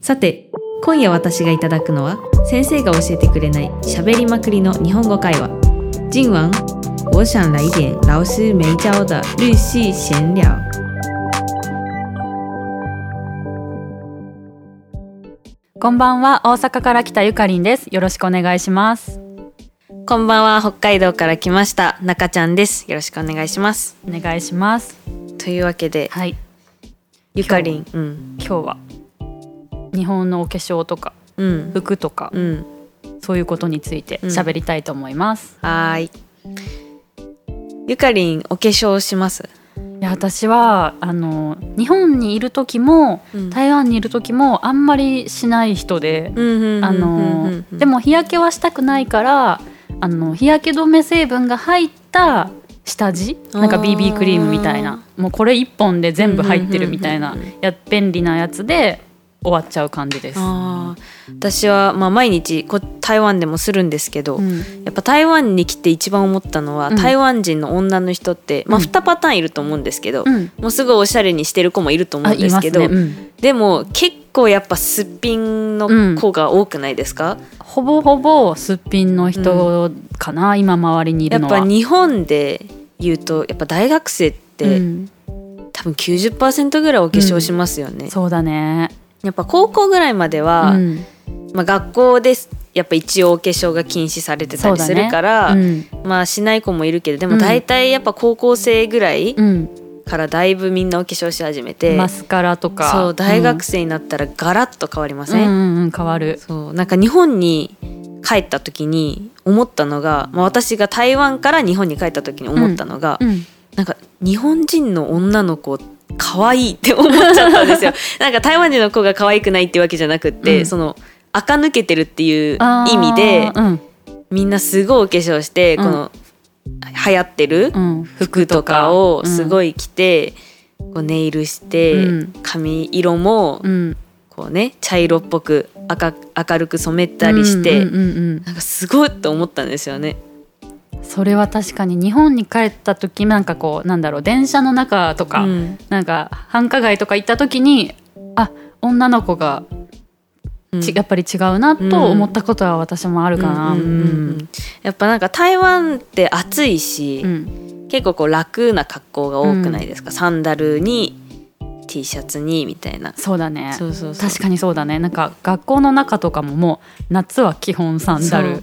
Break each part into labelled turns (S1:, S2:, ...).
S1: さて今夜私がいただくのは先生が教えてくれない喋りまくりの日本語会話今晚我想来一点老师没教的日系闲聊
S2: こんばんは、大阪から来たゆかりんです。よろしくお願いします。
S1: こんばんは北海道から来ました中ちゃんですよろしくお願いします
S2: お願いします。
S1: というわけで
S2: はい、
S1: ゆかりんうん
S2: 今日は日本のお化粧とか
S1: うん
S2: 服とか、
S1: うん
S2: そういうことについて
S1: うん
S2: 喋りたいと思います。
S1: はーいゆかりんお化粧します
S2: いや、私はあの日本にいる時も、
S1: うん
S2: 台湾にいる時もあんまりしない人で、
S1: うん
S2: あの、でも日焼けはしたくないから、あの日焼け止め成分が入った下地なんか
S1: あー
S2: BB クリームみたいなもうこれ1本で全部入ってるみたい
S1: うん
S2: な
S1: うんうんうん
S2: や便利なやつで終わっちゃう感じです。
S1: あー私は、まあ、毎日こ台湾でもするんですけど、
S2: うん
S1: やっぱ台湾に来て一番思ったのは、
S2: うん
S1: 台湾人の女の人って、まあ、
S2: うん
S1: 2パターンいると思うんですけど、
S2: うん
S1: もうすごいおしゃれにしてる子もいると思
S2: あ
S1: うん
S2: い
S1: で
S2: ます
S1: け
S2: す
S1: ど
S2: ね、うん
S1: でも結構やっぱすっぴんの子が多くないですか、
S2: ほぼほぼすっぴんの人かな、今周りにい
S1: や
S2: る
S1: っ
S2: のは。
S1: ぱ日本で言うとやっぱ大学生って、
S2: うん
S1: 多分90%ぐらいお化粧しますよね、
S2: そうだね、
S1: やっぱ高校ぐらいまでは、
S2: うん
S1: まあ、学校ですやっぱ一応お化粧が禁止されてたりするから、
S2: そうだね
S1: まあしない子もいるけどでも
S2: うん
S1: 大体やっぱ高校生ぐらい
S2: うんうん
S1: からだいぶみんなお化粧し始めて、
S2: マスカラとか
S1: そう大学生になったらガラッと変わりません、
S2: うんうんうん、変わる。
S1: そうなんか日本に帰った時に思ったのが、まあ、私が台湾から日本に帰った時に思ったのが、
S2: うん
S1: なんか日本人の女の子可愛いって思っちゃったんです よなんか台湾人の子が可愛くないっていうわけじゃなくって、
S2: うん
S1: その垢抜けてるっていう
S2: あー
S1: 意味で
S2: うん
S1: みんなすごいお化粧して、
S2: うん
S1: この流行ってる
S2: うん、
S1: 服とかをす
S2: い、
S1: ごい着て、こうネイルして、
S2: うん
S1: 髪色も
S2: うん、
S1: こうね茶色っぽく赤明るく染めたりして、
S2: うんうんうん
S1: なんかすごいと思ったんですよね。
S2: うんそれは確かに日本に帰った時なんかこうなんだろう電車の中とか、
S1: うん
S2: なんか繁華街とか行った時にあ女の子がち、やっぱり違うなと思ったことは私もあるかな。
S1: うんうんうんうんやっぱなんか台湾って暑いし、
S2: うん
S1: 結構こう楽な格好が多くないですか、サンダルに T シャツにみたいな。
S2: そうだね
S1: そうそうそう
S2: 確かにそうだねなんか学校の中とかももう夏は基本サンダル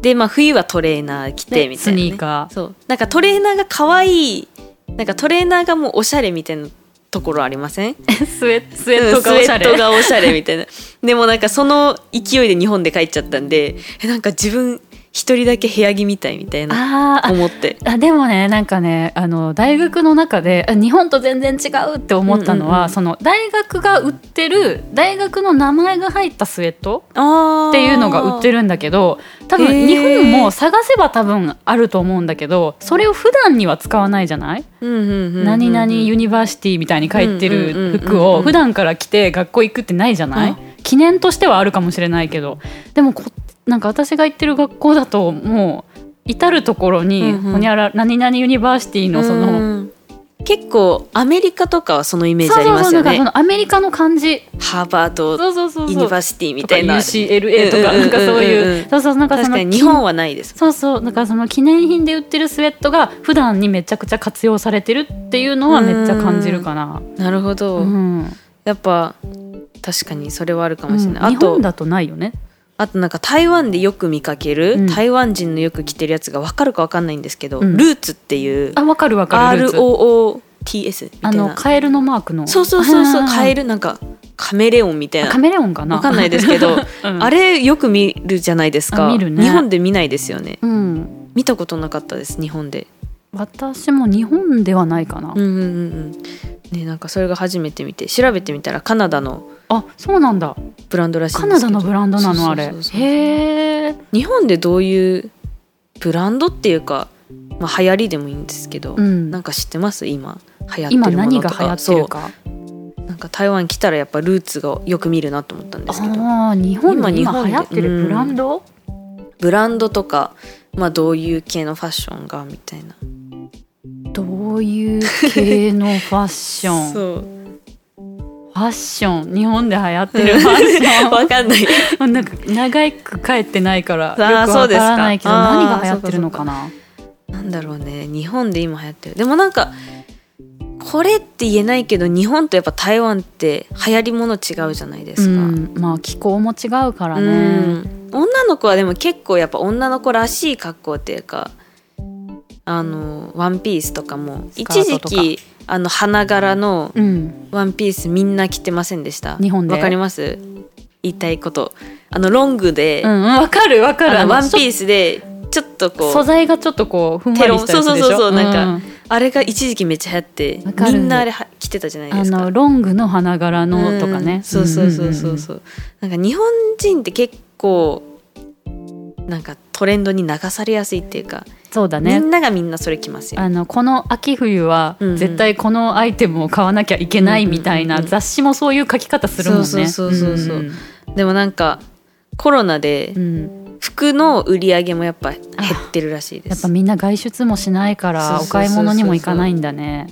S1: で、まあ、冬はトレーナー着て
S2: で
S1: みた
S2: ス
S1: いなね、
S2: ニーカー
S1: そうなんかトレーナーが可愛いなんかトレーナーがもうおしゃれみたいなところありません
S2: スウェスウェットがおしゃれ
S1: うんスウェットがおしゃれみたいなでもなんかその勢いで日本で帰っちゃったんでえなんか自分一人だけ部屋着みたいみたいな
S2: あーあ
S1: 思って
S2: あでもねなんかねあの大学の中であ日本と全然違うって思ったのは、
S1: うんうんうん
S2: その大学が売ってる大学の名前が入ったスウェット
S1: っ
S2: っていうのが売って
S1: る
S2: るんだけど多
S1: へー
S2: 分日本も探せば多分あると思うんだけどそれを普段には使わないじゃない、何々ユニバーシティみたいに書いて
S1: うんうんうんうんうん
S2: る服を普段から着て学校行くってないじゃない、
S1: うん
S2: 記念としてはあるかもしれないけどでもこなんか私が行ってる学校だともう至る所に、
S1: うんうん
S2: ほにゃら何々ユニバーシティのその、
S1: うん結構アメリカとかはそのイメージあ
S2: そう
S1: り
S2: そう
S1: ま
S2: そう
S1: す
S2: な
S1: よね
S2: んかそのアメリカの感じ
S1: ハーバード
S2: そうそうそう
S1: ユ
S2: そ
S1: ニ
S2: う
S1: バーシティみたい
S2: とか
S1: な
S2: UCLA とかなんかそう
S1: うんうんうん
S2: いううんそうそうなんか
S1: 確
S2: その
S1: かに日本はないです
S2: そうそうだからその記念品で売ってるスウェットが普段にめちゃくちゃ活用されてるっていうのはめっちゃ感じるかな。
S1: なるほど、
S2: うん
S1: やっぱ確かにそれはあるかもしれない、
S2: うん
S1: あ
S2: 日
S1: と
S2: 本だとないよね。
S1: あとなんか台湾でよく見かける、
S2: うん
S1: 台湾人のよく着てるやつが分かるか分かんないんですけど、
S2: うん
S1: ルーツっていう
S2: あわかるわかる。ルーツ
S1: ROOTS みた
S2: あ
S1: い
S2: の
S1: な
S2: カエルのマークの。
S1: そうそうそうそうカエ
S2: ル。
S1: ルなんかカメレオンみたい
S2: あ
S1: な
S2: カメレオンかな。
S1: わかんないですけど
S2: うん
S1: あれよく見るじゃないですか
S2: あ見るね
S1: 日本で見ないですよね
S2: うん。
S1: 見たことなかったです日本で
S2: 私も日本ではないかな
S1: う。んうんうんうんねなんかそれが初めて見て調べてみたらカナダの
S2: あそうなんだ。
S1: ブランドらしいん
S2: カ
S1: で
S2: ナ
S1: すけ
S2: ダ
S1: ど
S2: のブランドな
S1: そう
S2: の
S1: そう
S2: あれ
S1: そう。そう
S2: へえ。
S1: 日本でどういうブランドっていうか、まあ、流行りでもいいんですけど、
S2: うん
S1: なんか知ってます今流行って
S2: 今
S1: るもの
S2: 何
S1: と
S2: が
S1: か
S2: 流行ってるか。
S1: そうなんか台湾来たらやっぱルーツがよく見るなと思ったんですけど
S2: ああー日本
S1: 今
S2: で
S1: 日
S2: 今
S1: 本で
S2: 流行ってるブランド？
S1: ブランドとか、まあ、どういう系のファッションがみたいな
S2: どういう系のファッショ ン
S1: そう
S2: ファファッション日本で流行ってるファッ ション
S1: わかんない。
S2: も うなんか長く帰ってないからよく
S1: あー
S2: わ
S1: そう
S2: か
S1: ですから
S2: ないけど
S1: あー
S2: 何が流行ってるのかな
S1: なんだろうね日本で今流行ってるでもなんかこれって言えないけど日本とやっぱ台湾って流行りもの違うじゃないで
S2: う
S1: すか。
S2: ん、まあ気候も違うから
S1: う
S2: ね
S1: ん女の子はでも結構やっぱ女の子らしい格好っていうかあのワンピースとかも
S2: スカー
S1: 一時
S2: トとか
S1: 期あの花柄の
S2: うん、
S1: ワンピースみんな着てませんでした
S2: 日本で
S1: わかります言いたいことあのロングで、
S2: うんわ、かるわかる
S1: あ
S2: あ
S1: の
S2: の
S1: ワン
S2: ちょ
S1: ピースでちょっとこう
S2: 素材がちょっとこうふんわりしたやつでしょ
S1: テロそうそうそうそうなん
S2: か、
S1: あれが一時期めっちゃ流行って
S2: わか
S1: み
S2: る
S1: んなあれは着てたじゃない
S2: あ
S1: ですか。
S2: のロングの花柄
S1: うん
S2: のとかね、
S1: そうそうそうそうそう。なんか日本人って結構なんかトレンドに流されやすいっていうか、
S2: そうだ
S1: み
S2: ね
S1: んながみんなそれ着ますよ。
S2: あのこの秋冬は
S1: うんうん
S2: 絶対このアイテムを買わなきゃいけないみたい
S1: うん
S2: な
S1: うん
S2: 雑誌もそういう書き方するもんね。
S1: そうそうそうそうん
S2: ん
S1: でもなんかコロナで
S2: うん
S1: 服の売り上げもやっぱ減ってるらしいで
S2: やっぱ
S1: す。
S2: みんな外出もしないか
S1: そう
S2: ら
S1: そうそう
S2: お
S1: そう
S2: 買い物にも行かないんだね。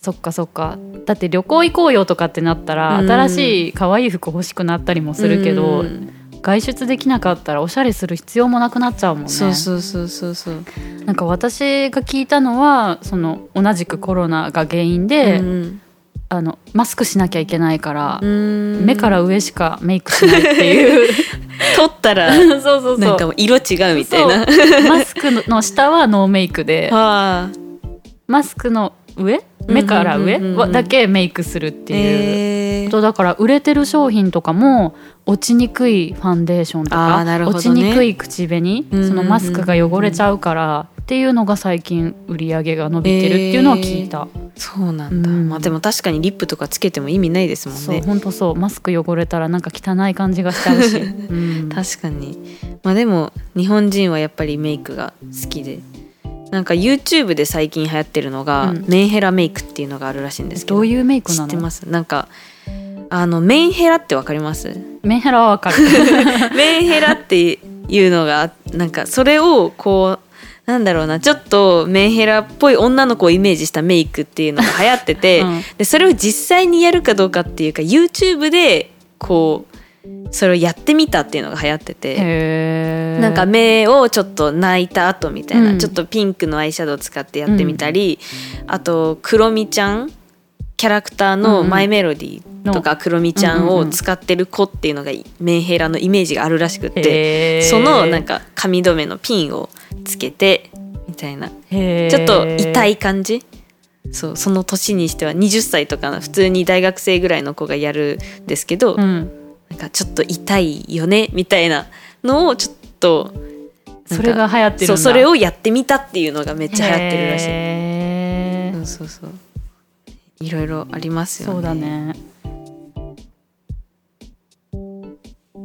S2: そっかそっかだって旅行行こうよとかってなったら、
S1: うん
S2: 新しい可愛い服欲しくなったりもするけど、
S1: うん
S2: 外出できなかったらおしゃれする必要もなくなっちゃうもんね。
S1: そうそうそうそうそう。
S2: なんか私が聞いたのはその同じくコロナが原因で、
S1: うん
S2: あのマスクしなきゃいけないから、
S1: うん
S2: 目から上しかメイクしないって いう
S1: 取ったら
S2: そうそうそう
S1: なんかもう色違う みたいな。
S2: そうマスクのの下はノーメイ クで
S1: はあ。
S2: マスクの上目から上
S1: うんうんうんうん
S2: はだけメイクするっていう。
S1: えー
S2: とだから売れてる商品とかも落ちにくいファンデーションと
S1: あー
S2: か、
S1: なるほどね
S2: 落ちにくい口紅、
S1: うんうんうん
S2: そのマスクが汚れちゃうからっていうのが最近売り上げが伸びてるっていうのは聞いた、
S1: そうなんだ、
S2: うん
S1: まあでも確かにリップとかつけても意味ないですもん
S2: そう
S1: ね
S2: 本当そうマスク汚れたらなんか汚い感じがしちゃ うし、うん
S1: 確かにまあでも日本人はやっぱりメイクが好きでなんか YouTube で最近流行ってるのが、
S2: うん
S1: メンヘラメイクっていうのがあるらしいんですけど
S2: どういうメイク
S1: 知
S2: な
S1: って
S2: の
S1: ますなんかあのメンヘラってわかります
S2: メンヘラはわかる
S1: メンヘラっていうのがなんかそれをこうなんだろうなちょっとメンヘラっぽい女の子をイメージしたメイクっていうのが流行ってて、
S2: うん
S1: でそれを実際にやるかどうかっていうか YouTube でこうそれをやってみたっていうのが流行ってて。
S2: へー
S1: なんか目をちょっと泣いた後みたいな、
S2: うん
S1: ちょっとピンクのアイシャドウ使ってやってみたり、あとクロミちゃんキャラクター
S2: うん
S1: の
S2: うん
S1: マイメロディーとかクロミちゃんを使ってる子っていうのがメンヘラのイメージがあるらしくって、
S2: へー
S1: そのなんか髪留めのピンをつけてみたいな
S2: へー
S1: ちょっと痛い感じそうその年にしては20歳とかの普通に大学生ぐらいの子がやるんですけど、
S2: うん
S1: なんかちょっと痛いよねみたいなのをちょっと
S2: それが流行ってるんだ
S1: そうそれをやってみたっていうのがめっちゃ流行ってるらしい。
S2: へ
S1: う
S2: ー
S1: ん、そうそういろいろありますよね。
S2: そうだね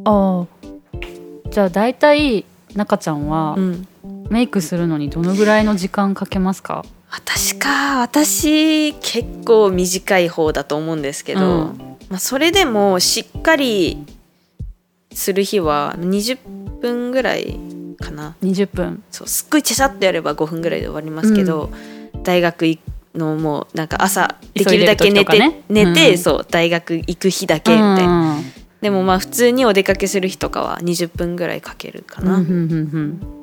S2: ああじゃあ大体中ちゃんは
S1: うん、
S2: メイクするのにどのぐらいの時間かけますか、
S1: 私か私結構短い方だと思うんですけど、
S2: うん
S1: まあ、それでもしっかりする日は20分ぐらいかな
S2: 20分
S1: そうすっごいちゃちゃっとやれば5分ぐらいで終わりますけど、大学行くのもうなんか朝できるだけ寝
S2: 急
S1: て、
S2: いでる時とかね
S1: 寝て、
S2: うん
S1: そう大学行く日だけみたいな、
S2: な
S1: でもまあ普通にお出かけする日とかは20分ぐらいかけるか
S2: うん
S1: な、
S2: うんうんうん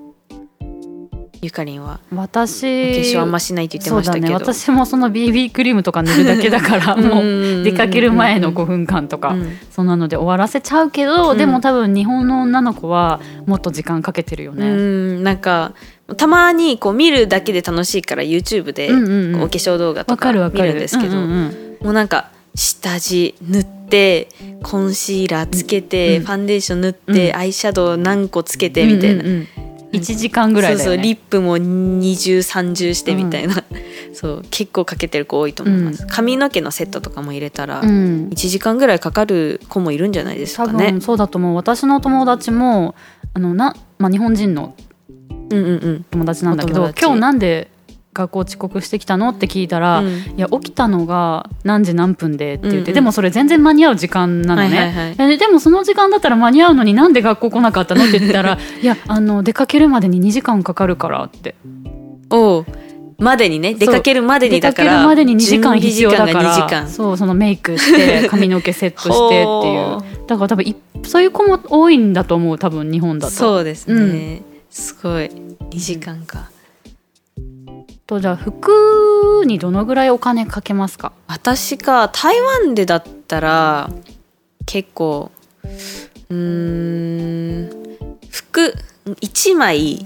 S1: ゆかりんは
S2: うん
S1: お化
S2: 私
S1: 粧あんましないって言って
S2: そう
S1: ました
S2: だ
S1: け
S2: ね
S1: ど、
S2: 私もその BB クリームとか塗るだけだから もう出かける前の5分間とか、
S1: うん
S2: そんなので終わらせちゃうけど、
S1: うん
S2: でも多分日本の女の子はもっと時間かけてるよ
S1: う
S2: ね。
S1: んなんかたまにこう見るだけで楽しいから YouTube でこ
S2: うんうんうん
S1: うお化粧動画
S2: わ
S1: と
S2: か
S1: か
S2: るわ
S1: 見
S2: かる
S1: るんですけど、
S2: うんうん
S1: もうなんか下地塗ってコンシーラーつけて、
S2: うん
S1: ファンデーション塗って、
S2: うん
S1: アイシャドウ何個つけて
S2: うん
S1: みたいな、
S2: うんうん1時間ぐらいだ
S1: そうそ
S2: よ
S1: うリ
S2: ね。
S1: ップも2030してみたいな、そう結構かけてる子多いと思います、髪の毛のセットとかも入れたら
S2: うん
S1: 1時間ぐらいかかる子もいるんじゃないですか
S2: 多分
S1: ね。
S2: そうだと思う私の友達もあのな、まあ、日本人の
S1: うんうんうん
S2: 友達なんだけど
S1: お友達
S2: 今日なんで学校遅刻してきたのって聞いたら、
S1: うん
S2: いや起きたのが何時何分でって言って、
S1: うんうん
S2: でもそれ全然間に合う時間なのね、
S1: はいはいはい
S2: えでもその時間だったら間に合うのになんで学校来なかったの って言ったらいやあの出かけるまでに2時間かかるからって
S1: おうまでにね出かけるまでに
S2: 出
S1: だ
S2: か
S1: か
S2: ける
S1: ら
S2: までに2時間
S1: 準備
S2: 必要だか
S1: 時間が2
S2: ら
S1: 時間
S2: そうそのメイクして髪の毛セットしてってい
S1: ほ
S2: うだから多分いそういう子も多いんだと思う多分日本だと。
S1: そうですね、すごい2時間か
S2: とじゃあ服にどのぐらいお金かけますか
S1: 私か台湾でだったら結構うーん服1枚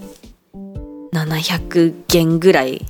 S1: 700元ぐらい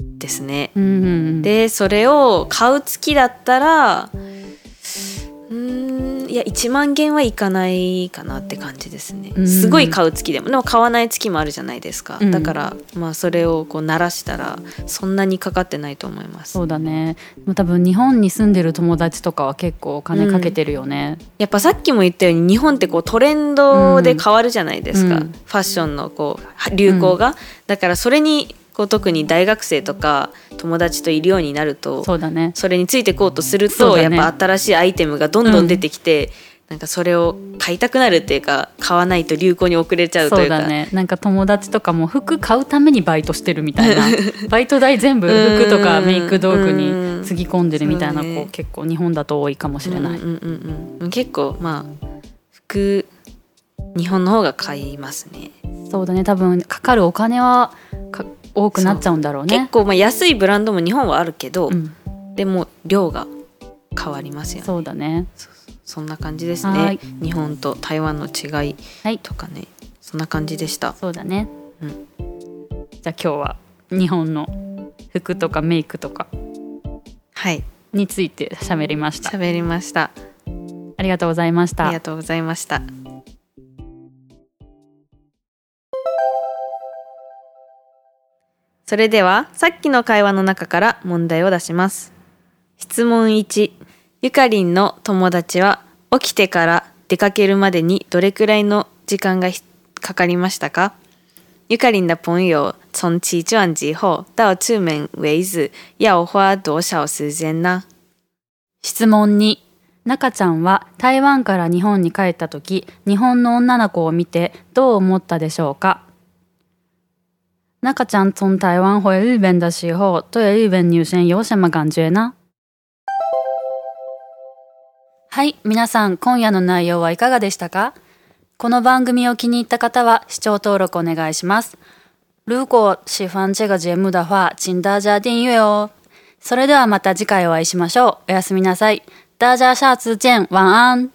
S1: ですね
S2: うんうんうん
S1: でそれを買う月だったらうーんいや1万元はいかないかなって感じですね
S2: うん
S1: すごい買う月でもでも買わない月もあるじゃないですか
S2: うん
S1: だからまあそれをこう鳴らしたらそんなにかかってないと思います
S2: そうだねでも多分日本に住んでる友達とかは結構お金かけてるよね、
S1: やっぱさっきも言ったように日本ってこうトレンドで変わるじゃないですか、
S2: うんうん
S1: ファッションのこう流行が、だからそれにこう特に大学生とか友達といるようになると
S2: そうだね
S1: それについてこうとする
S2: そう
S1: と、
S2: だね
S1: やっぱ新しいアイテムがどんどん出てきて、なんかそれを買いたくなるっていうか買わないと流行に遅れちゃうと
S2: そ
S1: いううか
S2: だねなんか友達とかも服買うためにバイトしてるみたいなバイト代全部服とか
S1: うん
S2: メイク道具
S1: うん
S2: につぎ込んでるみたいな
S1: そう
S2: 子
S1: ね
S2: 結構日本だと多いかもしれな
S1: うん
S2: い、
S1: うんうんうん、結構まあ服日本の方が買いますね
S2: そうだね多分かかるお金はか多くなっちゃうんだろうね
S1: 結構まあ安いブランドも日本はあるけど、
S2: うん、
S1: でも量が変わりますよね
S2: そうだね
S1: そんな感じです
S2: は
S1: ね
S2: い
S1: 日本と台湾の違い
S2: はい
S1: とかねそんな感じでした
S2: そうだね、
S1: うん
S2: じゃあ今日は日本の服とかメイクとか
S1: はい
S2: について喋りました
S1: 喋りました
S2: ありがとうございまし
S1: あ
S2: た
S1: りがとうございましたそれではさっきの会話の中から問題を出します質問1ゆかりんの友達は起きてから出かけるまでにどれくらいの時間がひかかりましたかゆかりん的朋友从起床之后到出门为止要花多少时间呢？
S2: 質問2中ちゃんは台湾から日本に帰った時日本の女の子を見てどう思ったでしょうか中ちゃん从台湾回日本的时候对日本女性有什么感觉呢はい皆さん今夜の内容はいかがでしたかこの番組を気に入った方は視聴登録お願いします如果喜欢这个节目的话，请大家订阅哦。それではまた次回お会いしましょう。おやすみなさい。大家下次见。晚安。